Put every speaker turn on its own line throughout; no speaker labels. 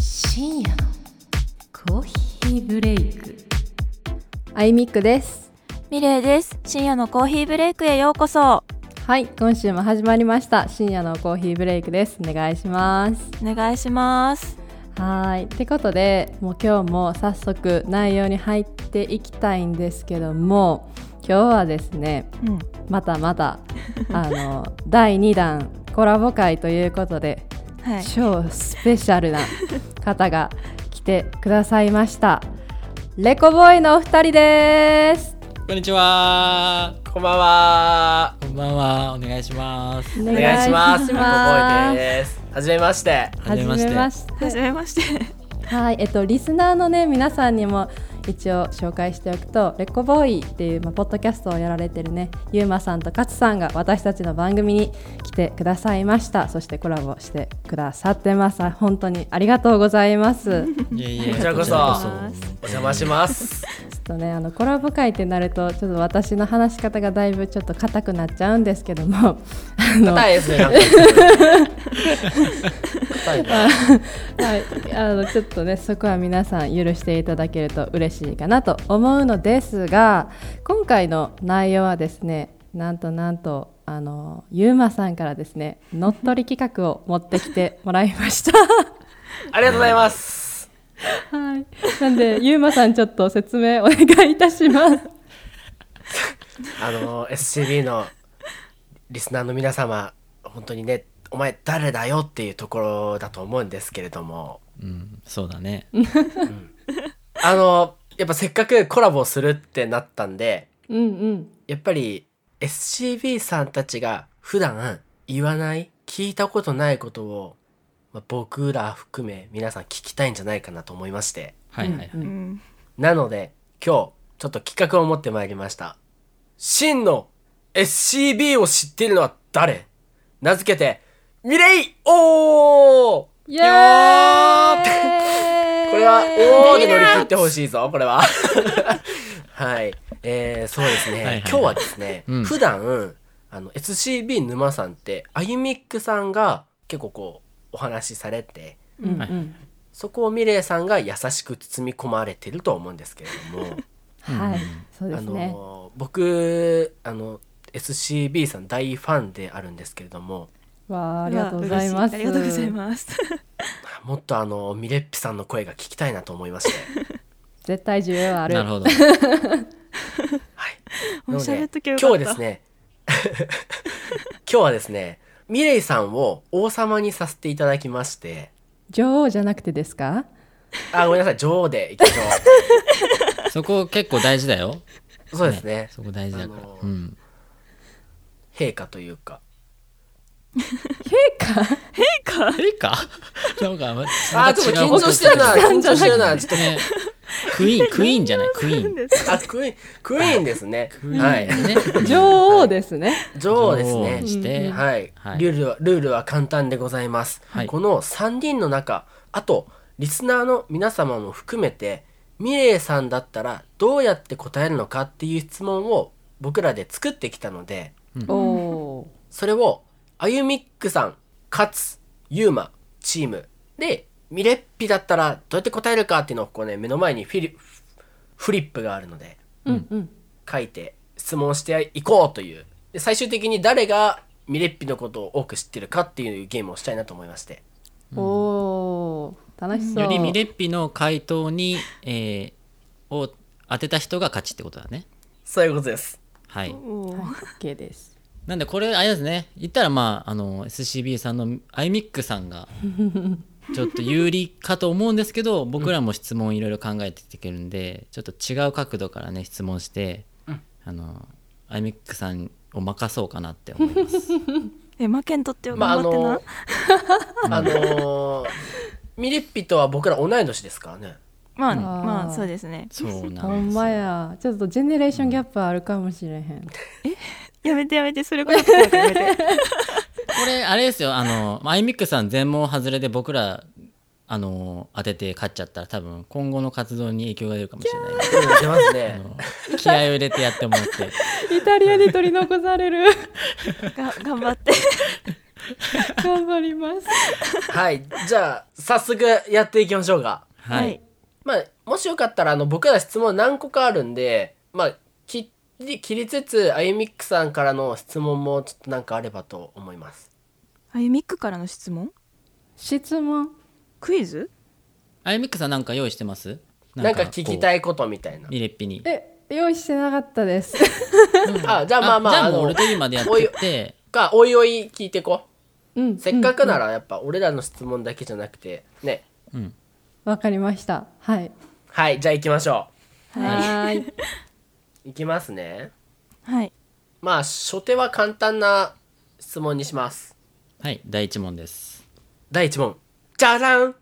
深夜のコーヒーブレイク
アイミックです
ミレイです深夜のコーヒーブレイクへようこそ
はい今週も始まりました深夜のコーヒーブレイクですお願いします
お願いします
はいってことでもう今日も早速内容に入っていきたいんですけども今日はですね
うん
またまたあの 第2弾コラボ会ということで、
はい
超スペシャルな方が来てくださいましたレコボーイのお二人です
こんにちは。
こんばんは。
こんばんは。お願いします。
お
お願いしま
願い
す。
し
ボ
ま
ーイです。はじめまして。
はじめまして
初めまして
はい、えっと、リスナーのね、皆さんにも一応紹介しておくと、レコボーイっていう、まあ、ポッドキャストをやられてるね、ゆうまさんと勝さんが私たちの番組に来てくださいました。そしてコラボしてくださってます。あ本当にありがとうございます。ちょ
いえいえ
こちらこそお邪魔します。
っとね、あのコラボ会ってなると、ちょっと私の話し方がだいぶちょっと硬くなっちゃうんですけども、 あの
硬いですね。なんか硬いな
はい、あのちょっとねそこは皆さん許していただけると嬉しいかなと思うのですが今回の内容はですねなんとなんとあのゆうまさんからですね乗っ取り企画を持ってきてもらいま した。
ありがとうございます。
はい、なんでゆうまさんちょっと説明お願いいたします。
あの SCB のリスナーの皆様、本当にね、お前誰だよっていうところだと思うんですけれども、
うん、そうだね。
あのやっぱせっかくコラボするってなったんで、
うんうん
やっぱり SCB さんたちが普段言わない聞いたことないことを、まあ僕ら含め皆さん聞きたいんじゃないかなと思いまして
はいはいはい。
うん
うん
なので今日ちょっと企画を持ってまいりました真の SCB を知っているのは誰名付けてミレイオー
イエ ーイ
これは「おー」で乗り切ってほしいぞこれは はいえー、そうですね、
いはいはい
今日はですね、
うん
普段あの SCB 沼さんってあゆみっくさんが結構こうお話しされて
うんうん
そこをミレイさんが優しく包み込まれてると思うんですけれども、
はい、そうで
あ
すね。
の僕あの SCB さん大ファンであるんですけれども
わあ、ありがとうございます。
わ嬉しありがとうございます
もっとあのミレッピさんの声が聞きたいなと思いまして
絶対需要はある。
なるほど。
はい
もう喋っとけばよかっ
今日
た
ですね 今日はですねミレイさんを王様にさせていただきまして
女王じゃなくてですか？
あごめんなさい女王でいきましょ
そこ結構大事だよ。
うそうですね
そこ大事だから
あ。の
うん。
陛下というか
えか。なんか、ま
あーちょっと緊張してるな緊張してるなちょっと
ね。クイーン、クイーンじゃない、クイーン。
あクイーンクイーンですね
クイ
はい
ーンね。
女王ですね。
女王ですね
女王して。
はい、
はい
ルールはルールは簡単でございます、
はい
この3人の中あとリスナーの皆様も含めてミレイさんだったらどうやって答えるのかっていう質問を僕らで作ってきたので
おお
それをあゆみっくさんかつゆうまチームでミレッピだったらどうやって答えるかっていうのをこうね目の前にフィリフリップがあるので
ー。うんうん。
書いて質問していこうというで最終的に誰がミレッピのことを多く知ってるかっていうゲームをしたいなと思いまして
おおー楽しそう。
よりミレッピの回答に、えー、を当てた人が勝ちってことだね。
そういうことです
はい。
お
は
ー
い OK です。
なんでこれあれですね言ったらまああの SCB さんのアイミックさんがちょっと有利かと思うんですけど僕らも質問いろいろ考えてきてるんでちょっと違う角度からね質問して、
うん
あのアイミックさんを任そうかなって思います
え負けんとってよ
まああ
頑張ってな
のあの ーミレッピとは僕ら同い年ですからね
まあ
うん
まあそうですね
そうなんですよ
ほんまや。ちょっとジェネレーションギャップあるかもしれへん。
やめてやめてそれこそやめて
これあれですよあのアイミックさん全問外れで僕らあの当てて勝っちゃったら多分今後の活動に影響が出るかもしれないです
うん出ます
あ
ね
の気合を入れてや ってもらって
イタリアに取り残される。
が頑張って
頑張ります。
はい。じゃあ、早速やっていきましょうか。
はい、
まあ、もしよかったら、あの、僕ら質問何個かあるんで、まあ、切り、切りつつ、あゆみっくさんからの質問もちょっとなんかあればと思います。
あゆみっくからの質問
質問。
クイズ
あゆみっくさんなんか用意してます
なんか聞きた
い
いことみたいな。
ミレッピに
え、用意してなかったです。
あ、じゃあまあまあ、
じゃあも
あ
う
の
俺、と今までやってって
か、おいおい聞いてこ
うん
う。。せっかくなら、やっぱ俺らの質問だけじゃなくて、ね。
うん
わかりました。はい。
はい、じゃあ行きましょ
はーい。
う。行きますね。
はい
まあ、初手は簡単な質問にします。
はい第一問です
第1問じゃらん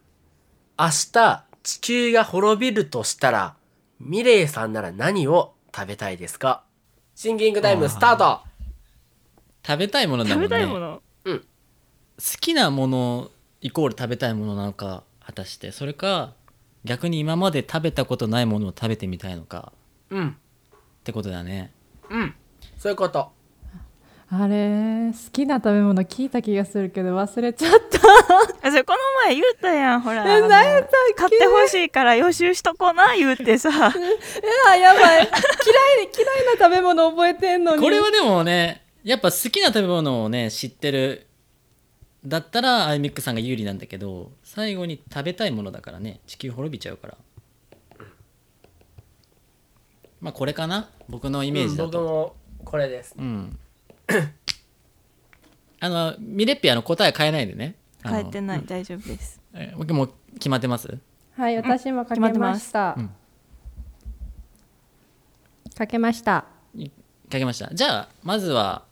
明日地球が滅びるとしたらミレイさんなら何を食べたいですかシンキングタイムスタート
食べたいものだもん
食
ね
べたいもの
好きなものイコール食べたいものなのか果たしてそれか逆に今まで食べたことないものを食べてみたいのか
うん
ってことだね
うんそういうこと
あれ、好きな食べ物聞いた気がするけど忘れちゃった。
あそれこの前言うたやんほら
え
あの
何やったっけ
買ってほしいから予習しとこうな言うてさ
あやばい。嫌い、嫌いな食べ物覚えてんのに。
これはでもねやっぱ好きな食べ物をね知ってるだったらアイミックさんが有利なんだけど最後に食べたいものだからね地球滅びちゃうからまあこれかな僕のイメージだ
うん僕
と
もこれです
うん、 あのミレッピあの答え変えないでねあの
変えてない大丈夫です
え僕もう決まってます
はい、私もかけ
決まって
ま
ま
し
す
た。
うん
かけました。
いかけましたじゃあまずは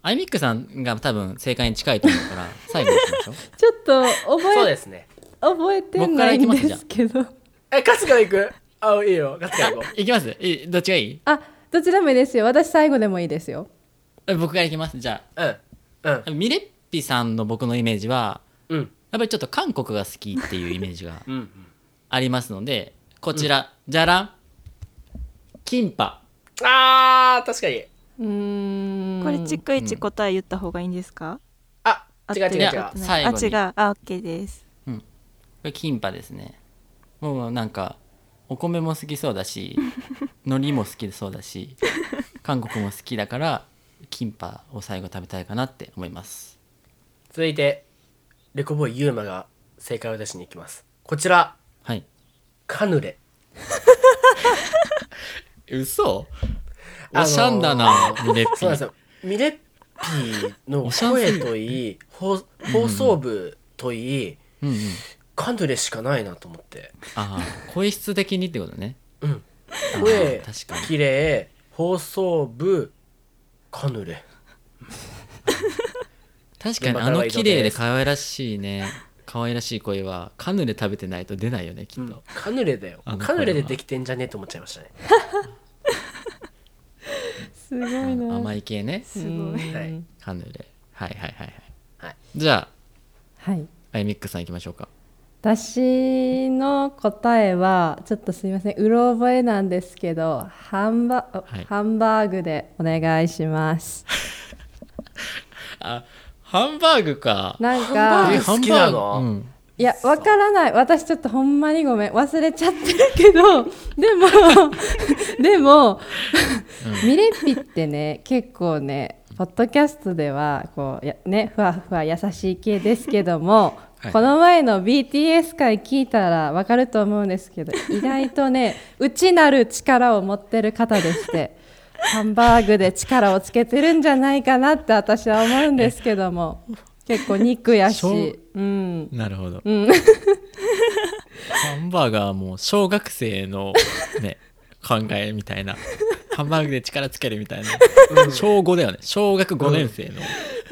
アイミックさんが多分正解に近いと思うから最後にしましょう
ちょっと
そう
覚え
ですね
覚えてないんですけど。
え春日いくあいいよ春日いこう
いきますいどっちがいい
あ、どっちでもいいですよ。私最後でもいいですよ。
え僕がいきますじゃ
うんうん
あミレッピさんの僕のイメージは
うん
やっぱりちょっと韓国が好きっていうイメージが
うんうん
ありますので こちら、じゃらんキンパ
あー確かに
うーん。
これちくいち答え言った方がいいんですか
あ
合っ
違
てる
い
う違う違う
や最後に
あ違うあオッケーです
これキンパですねもうなんかお米も好きそうだし 海苔も好きそうだし韓国も好きだからキンパを最後食べたいかなって思います
続いてレコボーイユーマが正解を出しに行きますこちら
はい
カヌレ
嘘
あのー
おしゃんだな、ミレッピ
そうなんですよ。ミレッピーの
おしゃれす
声
ぎる
といい、放放送部といい、
うんうん、
カヌレしかないなと思って。
ああ声質的にってことね
うん。
あー
声
確か、に
綺麗、放送部、カヌレ。
確かにあの綺麗で可愛らしいね可愛らしい声はカヌレ食べてないと出ないよねきっと、
カヌレだよ
あ。の
カヌレでできてんじゃねえと思っちゃいましたね。
すごい
うん
な。
甘い系ね
すごい
はい。
カヌレはいはいはいはい、
はい
じゃ
はい。
あアイミックさんいきましょうか
私の答えはちょっとすみませんうろ覚えなんですけどハンバ,あ、
はい
ハンバーグでお願いします
あハンバーグか
なん
ハンバ
か
ーグ好きなの
ハンバーグうん
いやわからない私ちょっとほんまにごめん忘れちゃってるけど でもでも、ミレッピってね結構ねポッドキャストではこうやねふわふわ優しい系ですけども、
はい
この前の BTS 回聞いたらわかると思うんですけど意外とね内なる力を持ってる方でして ハンバーグで力をつけてるんじゃないかなって私は思うんですけども結構肉や
しょう
し。うん
なるほど、
ん
ハンバーガーも小学生のね考えみたいなハンバーグで力つけるみたいな小5だよね小学5年生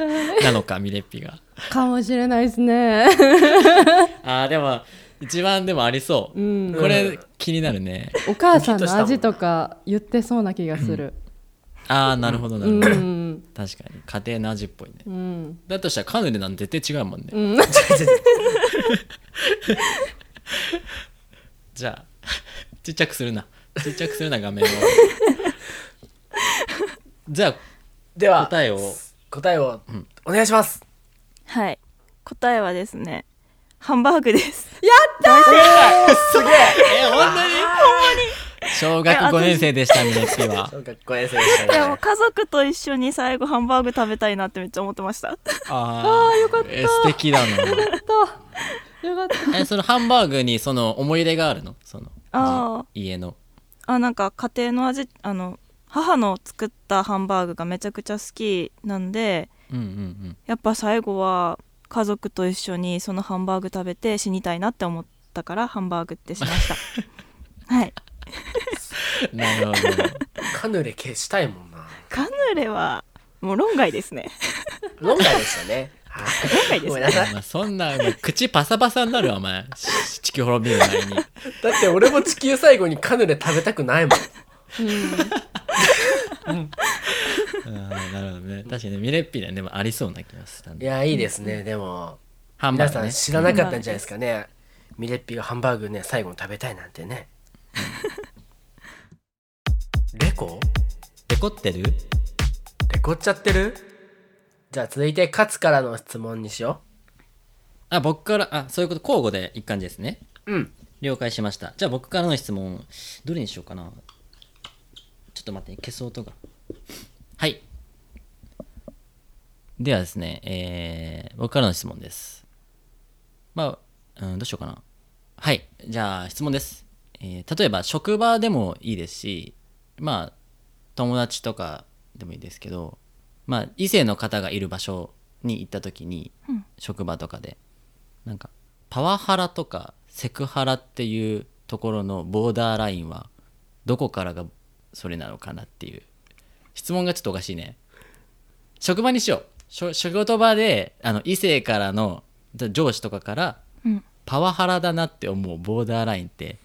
の、なのかミレッピが
かもしれないですね。
あーでも一番でもありそう、これ気になるね
お母さんの味とか言ってそうな気がする。
ああなるほどな
う
る
ん、う
ほど、
ん、
確かに家庭の味っぽいね、
うん、
だとしたらカヌレなんて絶対違うもんね、 じゃあちっちゃくするなちっちゃくするな画 面をじゃあ
では、
答えを
答えをお願いします。
はい答えはですねハンバーグです
すげえ
え本当に小学5年生でしたミネッピは
そうかっこええ選手
いやも
だ
う
ね
家族と一緒に最後ハンバーグ食べたいなってめっちゃ思ってました
ああよかった素敵だな
よかった
えそのハンバーグにその思い入れがあるのその
あー
家の
あなんか家庭の味あの母の作ったハンバーグがめちゃくちゃ好きなんで
うんうんうん
やっぱ最後は家族と一緒にそのハンバーグ食べて死にたいなって思ったからハンバーグってしました はい
なるほど
カヌレ消したいもんな
カヌレはもう論外ですね
論外でしたねはい
論外で
ご
すね
めんなさい
まあそんなお前口パサパサになるわお前し地球滅びる前に
だって俺も地球最後にカヌレ食べたくないもん
うんなるほどね確かにミレッピねでもありそうな気がしたん
い
で
やいいですねでも
ハンバ
皆
ーグ
さん
ね
知らなかったんじゃないですかねミレッピがハンバーグね最後に食べたいなんてねレコ
デコってる
レコっちゃってるじゃあ続いてカツからの質問にしよ
あ僕からあそういうこと交互で一感じですね
ううん
了解しましたじゃあ僕からの質問どれにしようかなちょっと待って消す音がはいではですねえー、僕からの質問ですまあ、うん、どうしようかなはいじゃあ質問です、えー例えば職場でもいいですしまあ友達とかでもいいですけどまあ異性の方がいる場所に行った時に、
うん
職場とかでなんかパワハラとかセクハラっていうところのボーダーラインはどこからがそれなのかなっていう質問がちょっとおかしいね職場にしようしょ仕事場であの異性からの上司とかから
うん
パワハラだなって思うボーダーラインって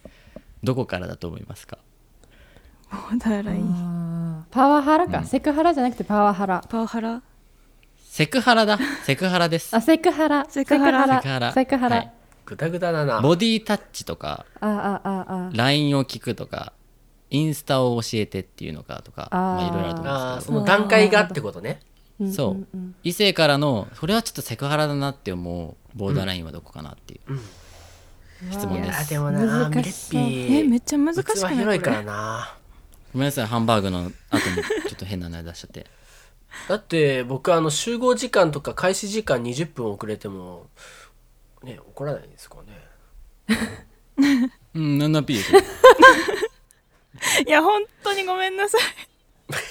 どこからだと思いますか
ボーダーライン
あーパワハラか、
うん
セクハラじゃなくてパワハラ
パワハラ
セクハラだセクハラですセ
あセクハラ
セクハラ
クハラ
セクハラ
はい
グダグダだな
ボディタッチとか
ああああ
LINE を聞くとかインスタを教えてっていうのかとか
あー
まあいろいろあると思うん
あ
で
ー
す
そ
けど
の段階がってことね
あん
そうん
ん
異性からのそれはちょっとセクハラだなって思うボーダーラインはどこかなっていう、質問
い
で
や
す
でもなミレ
難しそう
ッピ
えめっちゃ難し
器
くない
広い
こ
から
れ
な
ごめんなさいハンバーグの後に ちょっと変な名前出しちゃって
だって僕あの集合時間とか開始時間20分遅れてもね怒らないですかね
うんなんなピーですよ
いや本当にごめんなさい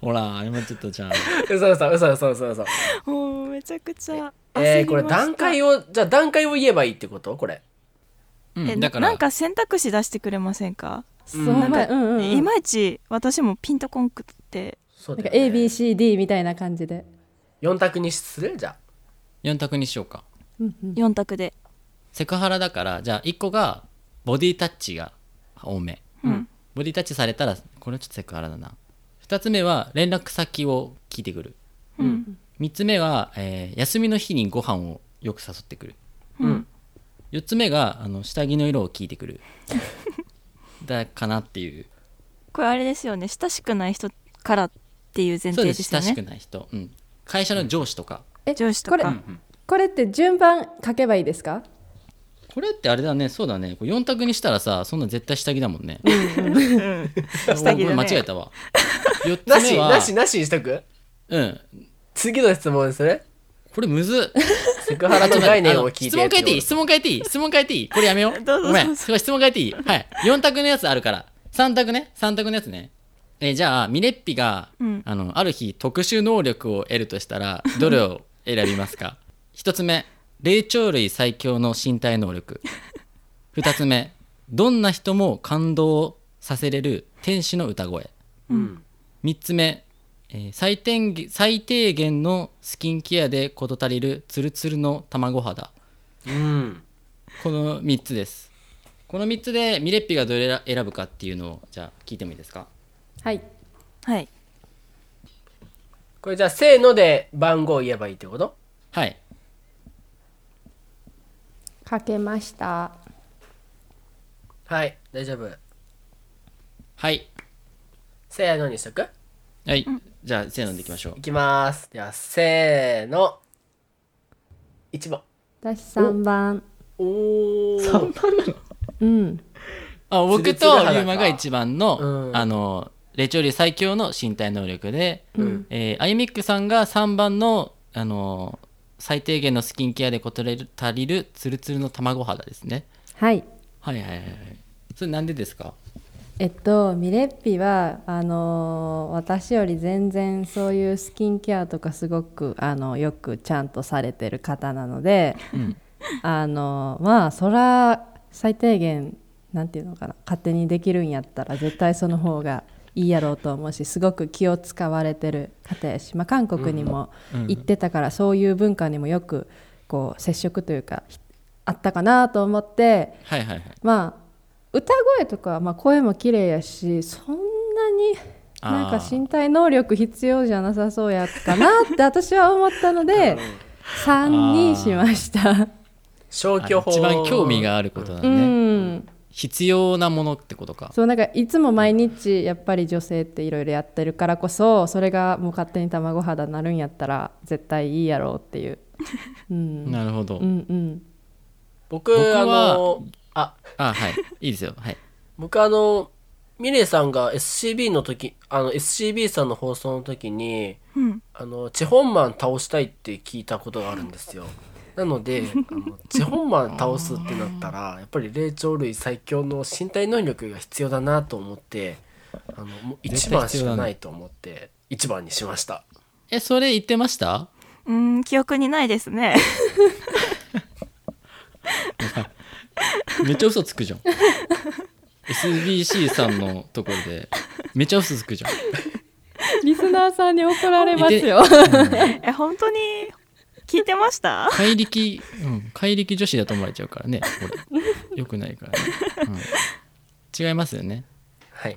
ほら今ちょっとじゃあ
うそうそうそうそうそうそう
もうめちゃくちゃ
えー、これ段階
を、
をじゃあ段階を言えばいいってことこれ
うん
え
だから
なんか選択肢出してくれませんか、
そうお前うんうんうん
いまいち私もピンとこんくって
そう
な
だ
んか
よ、ね、
ABCD みたいな感じで、
4択にするじゃ
4択にしようか
うんうん
4択で
セクハラだからじゃあ1個がボディタッチが多め、
うん
ボディタッチされたらこれはちょっとセクハラだな2つ目は連絡先を聞いてくる
うん
3つ目は、えー休みの日にご飯をよく誘ってくる
あうん
4つ目があの下着の色を聞いてく るだかなっていう
これあれですよね親しくない人からっていう前
そ
提
うで
ですすよ
親しく
ね
ない人、うん、会社の上司とか、
え
上司と
これ
か
これって順番書けばいいですか
これってあれだねそうだねこれ4択にしたらさそんな絶対下着だもんね
下着だね
お間違えた わ4
な
つ
し
目は
なしなしにしとく
うん
次の質問する
これむずっ
セクハラの概念を聞いて
質問変えていい質問変えていい質問変えていいこれやめよう。
どうぞ
ごめ。
どうんぞ
すごい質問変えていいはい。4択のやつあるから。3択ね。3択のやつね。えーじゃあ、ミレッピが、
うん
あの、ある日特殊能力を得るとしたら、どれを選びま すか ?1 つ目、霊長類最強の身体 能力。2つ目、どんな人も感動をさせれる天使の歌声。
うん
3つ目、えー最低限最低限のスキンケアで事足りるツルツルの卵肌
うん
この3つですこの3つでミレッピがどれ選ぶかっていうのをじゃあ聞いてもいいですか
はい
はい
これじゃあせーので番号言えばいいってこと
はい
書けました
はい大丈夫
はい
せーのにしとく
はい、じゃあせーのでいきましょう
いきます。では、せーの。1番。
私3番
おー。
3番なの
うん
あ
つ
僕
るつる
と
裸
ユーマが一番の、
うん
あのレチョリ最強の身体能力で、
うん。
えーアイミックさんが3番のあの最低限のスキンケアでことれる足りるツルツルの卵肌ですね
はい
はいはいはいはいそれなんでですか
えっとミレッピはあのー私より全然そういうスキンケアとかすごくあのよくちゃんとされてる方なので、
ん
あのまあそら最低限なんていうのかな勝手にできるんやったら絶対その方がいいやろうと思うしすごく気を使われてる方やし、まあ、韓国にも行ってたから、そういう文化にもよくこう接触というかひあったかなと思って。
はいはいはい
まあ歌声とか、まあ、声も綺麗やしそんなに
あー
なんか身体能力必要じゃなさそうやかな って私は思ったので3にしました。
消
あ
去法。
一番興味。があることだ
う
ね、
ん、
必要なものってことか
そうなんかいつも毎日やっぱり女性っていろいろやってるからこそそれがもう勝手に卵肌になるんやったら絶対いいやろうって いう、うん、
なるほど、
うんうん
僕、
僕は
あの、あ、
あはいいいですよはい
僕あの、ミレイさんが SCB の時、あの、SCB さんの放送の時に、
うん
あの、チェホンマン倒したいって聞いたことがあるんですよ。なので、あのチェホンマン倒すってなったら、やっぱり霊長類最強の身体能力が必要だなと思って、あの、もう
絶
1
対
番
必
し
要だね
かないと思って、1番にしました。
えそれ言ってました
うん記憶にないですね
めっちゃ嘘つくじゃん SBC さんのところでめっちゃ嘘つくじゃん
リスナーさんに怒られますよ。
え本当に聞いてました
怪力、うん、怪力女子だと思われちゃうからね俺よくないからね、うん違いますよね
はい。っ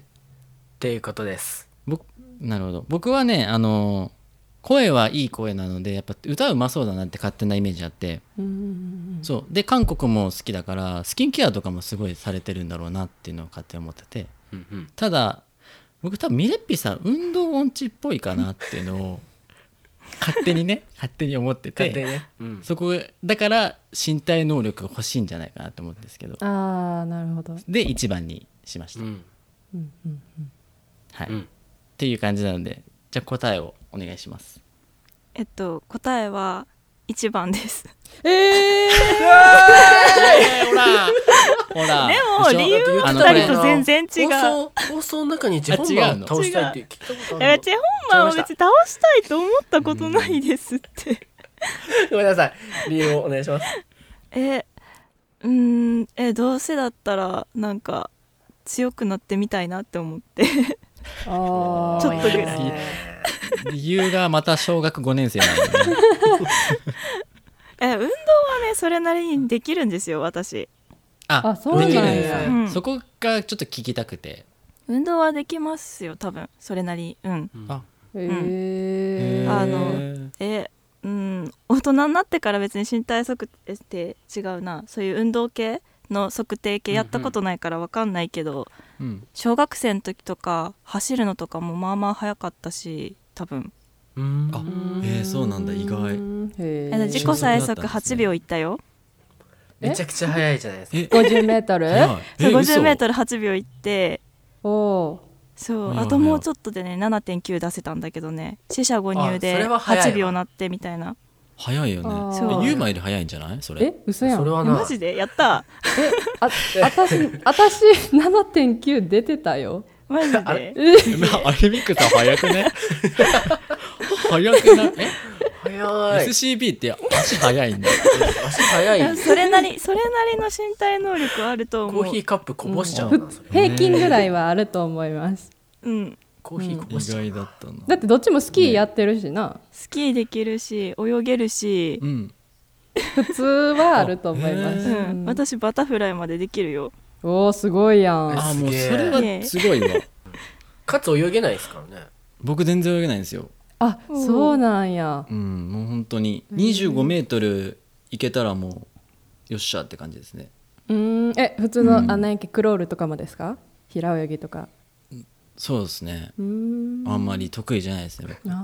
ていうことです。
僕なるほど僕はねあの声はいい声なのでやっぱ歌うまそうだなって勝手なイメージあって
うん
そうで韓国も好きだからスキンケアとかもすごいされてるんだろうなっていうのを勝手に思ってて
うんうん。
ただ僕多分ミレッピさん運動音痴っぽいかなっていうのを勝手にね勝手に思って
勝手
て
にね。うん。
そこだから身体能力が欲しいんじゃないかなと思うんですけど
ああなるほど。
で1番にしまし
う
た、
ん。
うんうん
はい
うん
っていう感じなのでじゃあ答えをお願いします
えっと答えは1番です
え
ほら ほら
でも理由
は
あの
二
こ
人
れ
2人と全然違
放
う
送放送の中にジェホン
あ
マ
違う
ン
の
を倒したいって聞いたことあるの
えチェホンマンは別に倒したいと思ったことないですって
ごめんなさい。理由をお願いします。
えうーんえどうせだったらなんか強くなってみたいなって思って
ー、あー
ちょっとぐらい
理由がまた小学5年生なんでね、
え運動はねそれなりにできるんですよ私
あ
あそうなんや
できるんですね、
うん
そこがちょっと聞きたくて
運動はできますよ多分それなりうん
あ
え
あの
へー
えうん大人になってから別に身体測定って違うなそういう運動系の測定系やったことないからわかんないけど、
うん
小学生の時とか走るのとかもまあまあ早かったし多分
うん
あえー、そうなんだ意外
へ
え自
事
己
故
最
そうだったん
速
ですね
8秒いったよ
めちゃくちゃ早いじゃないですか。
え
五十メートル
早いえ
5 0
嘘
ル8秒いって
おお
そ
は
う
いはい
あともうちょっとでね7.9出せたんだけどね四捨五入
あそ
で
れは早いわ
8秒なってみたいな
早いよ
あ
ね
ー
えユーマより早いんじゃないそ
ー
れ
え嘘やん
それは
え
な
マジでやった
えあ私私七点九出てたよ
マジ
あ
で
れ
え
え まあアレミックさん早くね 早くないえ
早い。
SCB って足早いん だ
足早
え
い。
それなりそれなりの身体能力はあると
コ
思う
ーヒーカップこぼしちゃうな。それ
平均ぐらいはあると思います
うん
コーヒーこぼし
意
ちゃう。
外だったな
だってどっちもスキーやってるしな
スキーできるし泳げるし
う、ん
普通はあると思いま
う
す、
ん
うん
私バタフライまでできるよ
おおすごいやん
あ
す
もう
げえ
それはすごいわ
かつ泳げないですからね。
僕全然泳げないんですよ
あそうなんや
うんもう本当に25メートル行けたらもうよっしゃって感じですね
うーんえ普通
うん
のあなんやっけクロールとかもですか平泳ぎとか
そうですね
うーん
あんまり得意じゃないですね僕
あ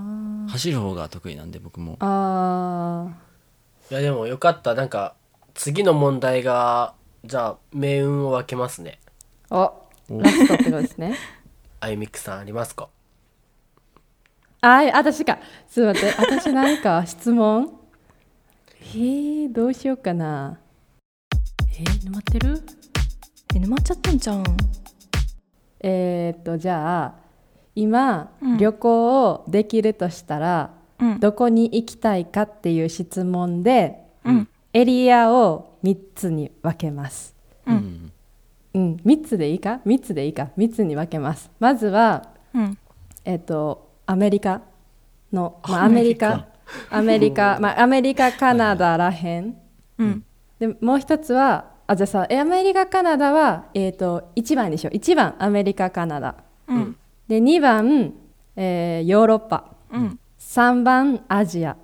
ー
走る方が得意なんで僕も
あー
いやでもよかったなんか次の問題がじゃあ命運を分けますね
おラストってことですね
あゆみくさんありますか
あー私かちょっと待って私なんか質問へえどうしようかなえー、沼ってる
え沼っちゃったんじゃん
えー、っとじゃあ今、
うん
旅行をできるとしたら
うん
どこに行きたいかっていう質問で
うん
エリアを3つに分けます
うん
うん
うん3つでいいか3つでいいか3つに分けますまずは
うん
えっとアメリカの、まあ、
ア
ア
メ
メ
リ
リ
カ
カアメリカ、まあ、アメリカカナダらへん
うん
でもう一つはあじゃあさえアメリカカナダは、えっと1番でしょ1番アメリカカナダ
うん
で2番、えーヨーロッパ
うん
3番アジア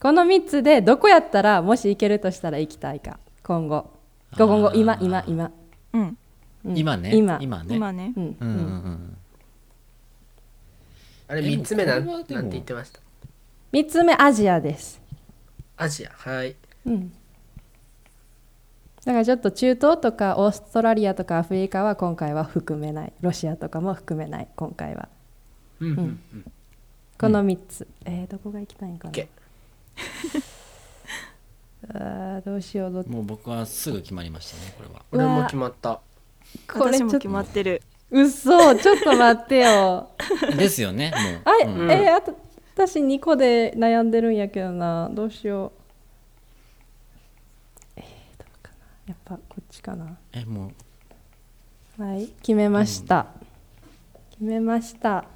この3つでどこやったらもし行けるとしたら行きたいか今後今後
あー
今今今、
うん
うん
今ね
今
今ね
今ね
うん
うんうんうん
あれ
でも
3つ目なん
これ
な
は
ん
で
て
も
言ってました
3つ目アジアです
アジアはい
うん、だからちょっと中東とかオーストラリアとかアフリカは今回は含めないロシアとかも含めない今回は
うんうんうん
この3つ、えーどこが行きたいんかな
OK
あーどうしようどっ
もう僕はすぐ決まりましたねこれは
俺も決まった
これ
私
ちょ
も
っ
決
と
まってる
嘘ちょっと待ってよ
ですよね
あ
もう、、うん
えーあと私2個で悩んでるんやけどなどうしようえーどうかなやっぱこっちかな
えもう
はい、決めました、決めました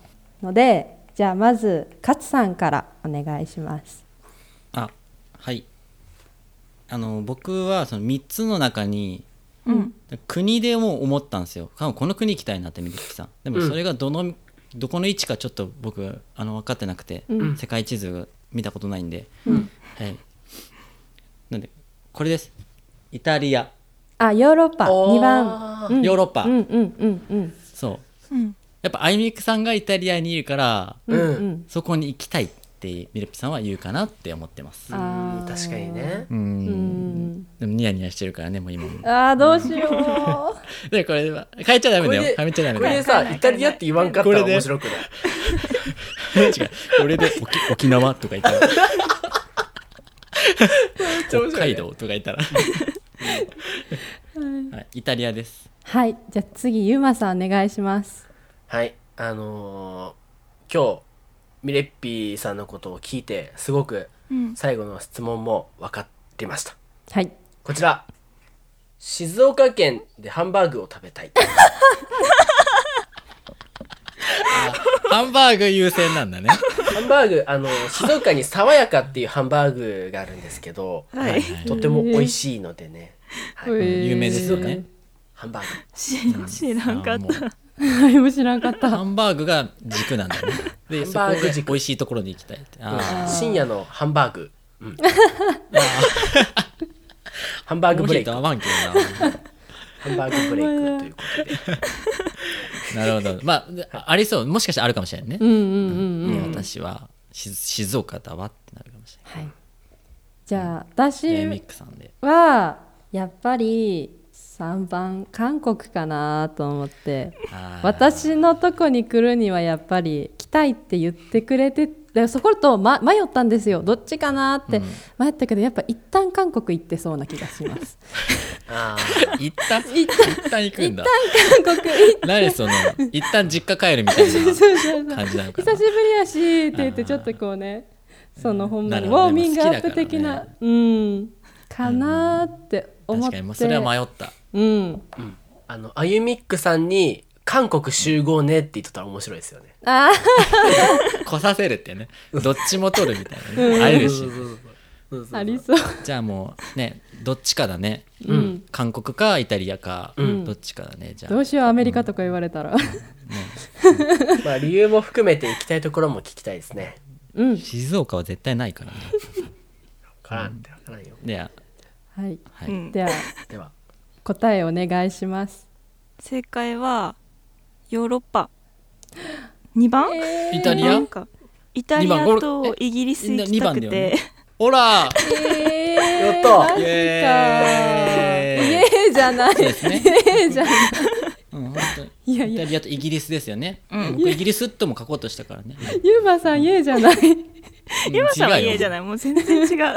のでじゃあまず勝さんからお願いします
あはいあの僕はその3つの中に
うん
国でも思ったんですよ多分この国行きたいなってみずきさんでも
うん
それがどの、どこの位置かちょっと僕あの分かってなくて、
うん
世界地図見たことないんで、
うん
はいなんでこれですイタリア
あヨーロッパ
おー
2番、うん
ヨーロッパ、
うんうんうんうん
そう
うん
やっぱあゆみくさんがイタリアにいるから
うん
うん
そこに行きたいってみるぴさんは言うかなって思ってます
あー
うん確かにね
う
うんんうん
でもニヤニヤしてるからねもう今も
あーどうしよ
でこれは変えちゃダメだよ
これで
変えちゃダメ
こ
だ
れ
よ
でさイタリアって言わんかったら面白くな
違
い
う俺で沖沖縄とか言った ら北海道とか言ったらはいイタリアです
う はいじゃあ次ゆうまさんお願いします
はいあのー今日ミレッピーさんのことを聞いてすごく
うん
最後の質問も分かりました
はい
こちら静岡県でハンバーグを食べたい
ハンバーグ優先なんだね
ハンバーグあの静岡に爽やかっていうハンバーグがあるんですけど
はい
とても美味しいのでね、はい
有名ですよね
ハンバーグ
し 知らんかっ
あーもう
何も知らんかった
ハンバーグが軸なんだねでそこ
ハンバ
が
ーグ軸
美味しいところに行きたいってあ
深夜のハンバーグ、 うんハンバ
あ
ーグブレイク
合
ハ
わんけどな
ンバーグブレイクということ で
なるほどまあでありそうもしかしたらあるかもしれないね
うんうんうんうん
いや私はし静岡だわってなるかもしれない
はいじゃあ私
えーミックさんで
はやっぱり3番韓国かなと思って
あー
私のとこに来るにはやっぱり来たいって言ってくれてでそこと、ま、迷ったんですよどっちかなって迷ったけど、やっぱ一旦韓国行ってそうな気がします
あ
一旦
一
一
旦
旦行くんだ
韓国行っ
何その一旦実家帰るみたい
て
な
そうそうそう
感じなのかな
久しぶりやしって言ってちょっとこうねそのほんまにウ
なるほど
ォーミングアッ
で
プ
も好きだ
的
から
な
ね
うんかなって思っ
確
て
かにもうそれは迷った
うん
ーあのあゆみっくさんに「韓国集合ね」って言ってたら面白いですよね
あー
来させるっ てねどっちも取るみたいなね会えるし
そうそうそうそ う
ありそう
じゃあもうねどっちかだね
うん
韓国かイタリアか
ん
どっちかだねじゃあ
どうしようアメリカとか言われたら
まあ理由も含めて行きたいところも聞きたいですね。
うん
静岡は絶対ないから ね
わからんってわからんよ。
では
はい
はい
たうん
では
では、
答えお願いします
正解はヨーロッパ2番
え
イタリア
なんかイタリ
二
ア
番ゴ
と
ル
イギリス行き
二
た
番
く
だよ
て
ねほら
えー
やった
マジか
イ
イ
エーイ
エーイじゃない
そうですね
イエーイじゃない
うん本当に
いや
イ
い
タ
や
リアとイギリスですよね、
うん
僕イギリスとも書こうとしたからね
ゆうまさんイエーイじゃない
今さんは
違うよ
家じゃないもう全然違う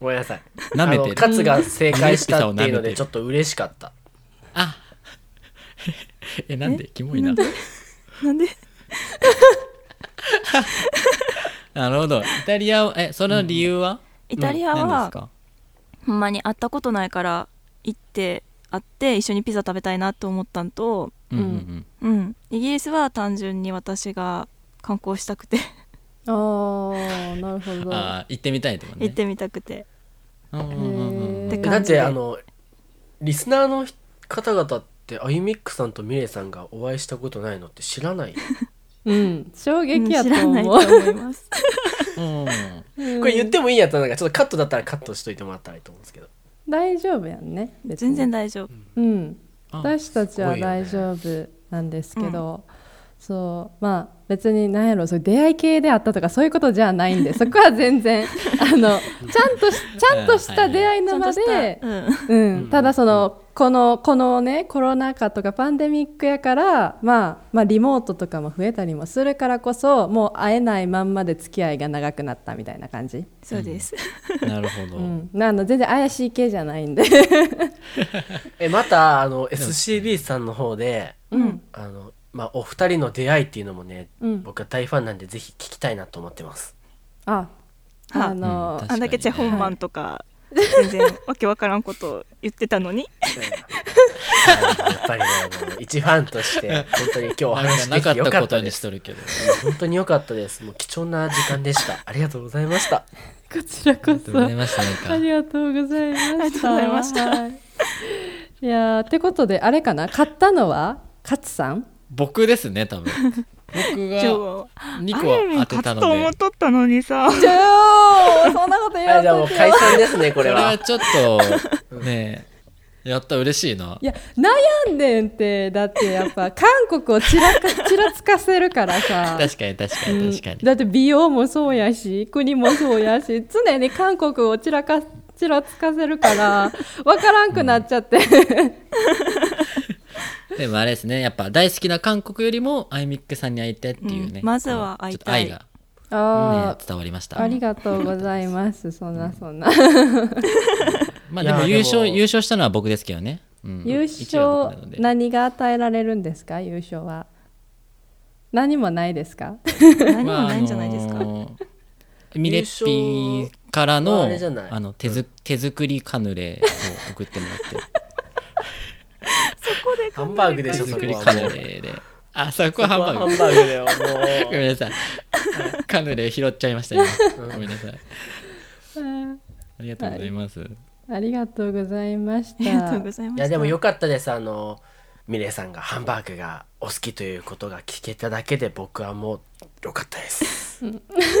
ごめんなさい
舐めてる
あの勝が正解したっていうの
うん
でちょっと嬉しかった
あ えなんでキモいな
なんで
なるほどイタリアをえその理由は
イタリア
何です
は
か
ほんまに会ったことないから行って会って一緒にピザ食べたいなと思ったんと、
うんうんうん
うん、イギリスは単純に私が観光したくて
あーなるほど
ああ行ってみたいとかね
行ってみたくて、
うんうんうんうん
へー
って
だ
感
っ
じで
てあのリスナーの方々ってあゆみっくさんとみれさんがお会いしたことないのって知らない
うん衝
うん
撃や
知
と思
らないうと思い ます
うん
うん
これ言ってもいいやつなんかちょっとカットだったらカットしといてもらったらいいと思うんですけど
大丈夫やんね別に
全然大丈夫
うん
あ
私たちは
すごいよね
大丈夫なんですけど、そうまあ別に何やろそう出会い系であったとかそういうことじゃないんでそこは全然あのちゃんとしちゃんとした出会い
ち
の
ゃんと
場
した
で、
うん
うん、ただそのこのこのねコロナ禍とかパンデミックやから、まあ、まあリモートとかも増えたりもするからこそもう会えないまんまで付き合いが長くなったみたいな感じ、
そうです、
なるほど、
うん、なので全然怪しい系じゃないんで、
えまたあの SCB さんの方で
うん
あの、まあ、お二人の出会いっていうのもね、
うん
僕は大ファンなんでぜひ聞きたいなと思ってます
あ
あ
あの、
うん
あんだけチェ・ホンマンとか全然わけわからんことを言ってたのに
やっぱりねあの一ファンとして本当に今日お
なん
話
か
で
な
き
かって
よ
た
かっ
こ
た
と
で
にし
す
とるけど
本当に良かったですもう貴重な時間でしたありがとうございました
こちらこ
ありがと
そ
うございましたなんか
ありがとうございました。
ありがとうございました
はい。 いやーってことであれかな買ったのは勝さん。
僕ですね多分僕
今日
が2個は当てたの
と思
で
っとったのにさ
じゃあ そんなこと言
あじゃあもう解散ですねこ
こ
れ
れ
は
はちょっとねやった嬉しいない
や悩んでんってだってやっぱ韓国をちらかちらつかせるからさ。
確かに確か
うん
に確かに、
だって美容もそうやし国もそうやし常に韓国をちらかちらつかせるから分からんくなっちゃって、
でもあれですねやっぱ大好きな韓国よりもアイミックさんに会いたいっていうね、
うんまずは会いたい
ちょっと愛が、
あ
ね、伝わりまし
ー
た
ありがとうございますそんなそんな
まあでも
いや
優勝
でも
優勝したのは僕ですけどね、うん
優
一応僕
勝
なので
何が与えられるんですか優勝は何もないですか
何もないんじゃないですか、
まああのーミレッピーから
優勝
の
はあれじゃない
あの手づ手作りカヌレを送ってもらって
ハンバーグでし
手
ょそ
作
れ
り
は
カヌ
もう
レであそこはハンバー
ハ
グ
ンバーグだよ
ご
もう
めんなさいカヌレ拾っちゃいました今ごめ んなさい
うん
ありがとうございます、
ありがとうございまし
ありがとうご
た
ざいまし
い
た
やでも良かったですあのミレイさんがハンバーグがお好きということが聞けただけで僕はもう良かったです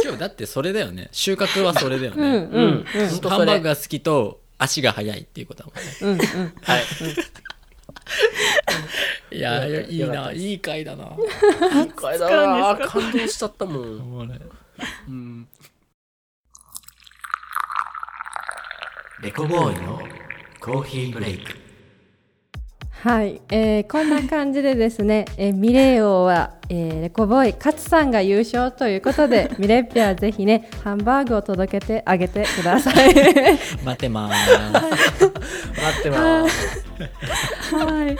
今日だってそれだよね収穫はそれだよね、
うんうんうん
ずっと
ハ
そ
ンバー
れ
グが好きと足が速いっていうことだもんね
うんうん
はい
いやー
よかった
いい
よかった
な
です
いい回だな
これだな感動しちゃったもん
うん
レコボーイのコーヒーブレイク
はい、えーこんな感じでですね、えーミレー王は、えーレコボーイ勝さんが優勝ということ でミレッピはぜひねハンバーグを届けてあげてください
待ってまーす
待 ってます
はい、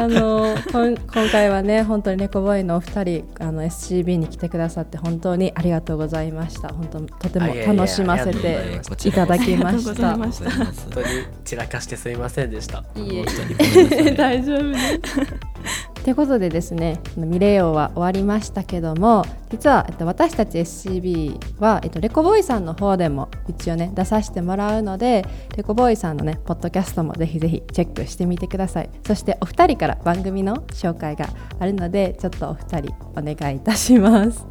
あのこん今回はね本当にレコボーイのお二人あの SCB に来てくださって本当にありがとうございました本当とても楽しませ
いやいやいやありがとうございま
て
す
こち
いた
らこ
だ
そ
きま
あ
し
り
た
がとう。ございました
本当に散らかしてすいませんでした
い
え
え 大丈夫です。ってことでですねミレイオは終わりましたけども実は、えっと、私たち SCB は、えっと、レコボーイさんの方でも一応ね出させてもらうのでレコボーイさんのねポッドキャストもぜひぜひチェックしてみてくださいそしてお二人から番組の紹介があるのでちょっとお二人お願いいたします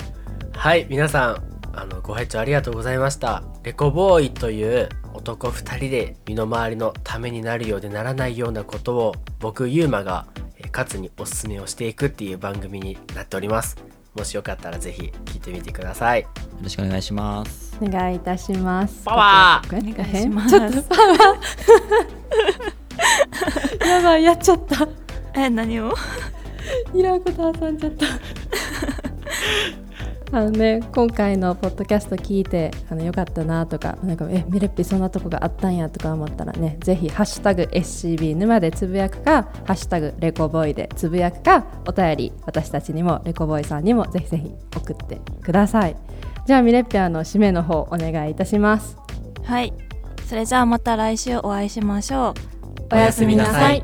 はい皆さんあのご拝聴ありがとうございましたレコボーイという男2人で身の回りのためになるようでならないようなことを僕ユーマがえー勝におすすめをしていくっていう番組になっておりますもしよかったらぜひ聞いてみてください
よろしくお願いします
お願いいたします。
パワー
ここ
お願いします
ちょっとパワー。 やばいやっちゃった。
え何を
いらんこと挟んじゃった。あのね、今回のポッドキャスト聞いてあのよかったなとかなんかえミレッピそんなとこがあったんやとか思ったらねぜひ「ハッシュタグ #SCB 沼」でつぶやくか「ハッシュタグレコボーイ」でつぶやくかお便り私たちにもレコボーイさんにもぜひぜひ送ってくださいじゃあミレッピあの締めの方お願いいたします
はいそれじゃあまた来週お会いしましょう
おやすみなさい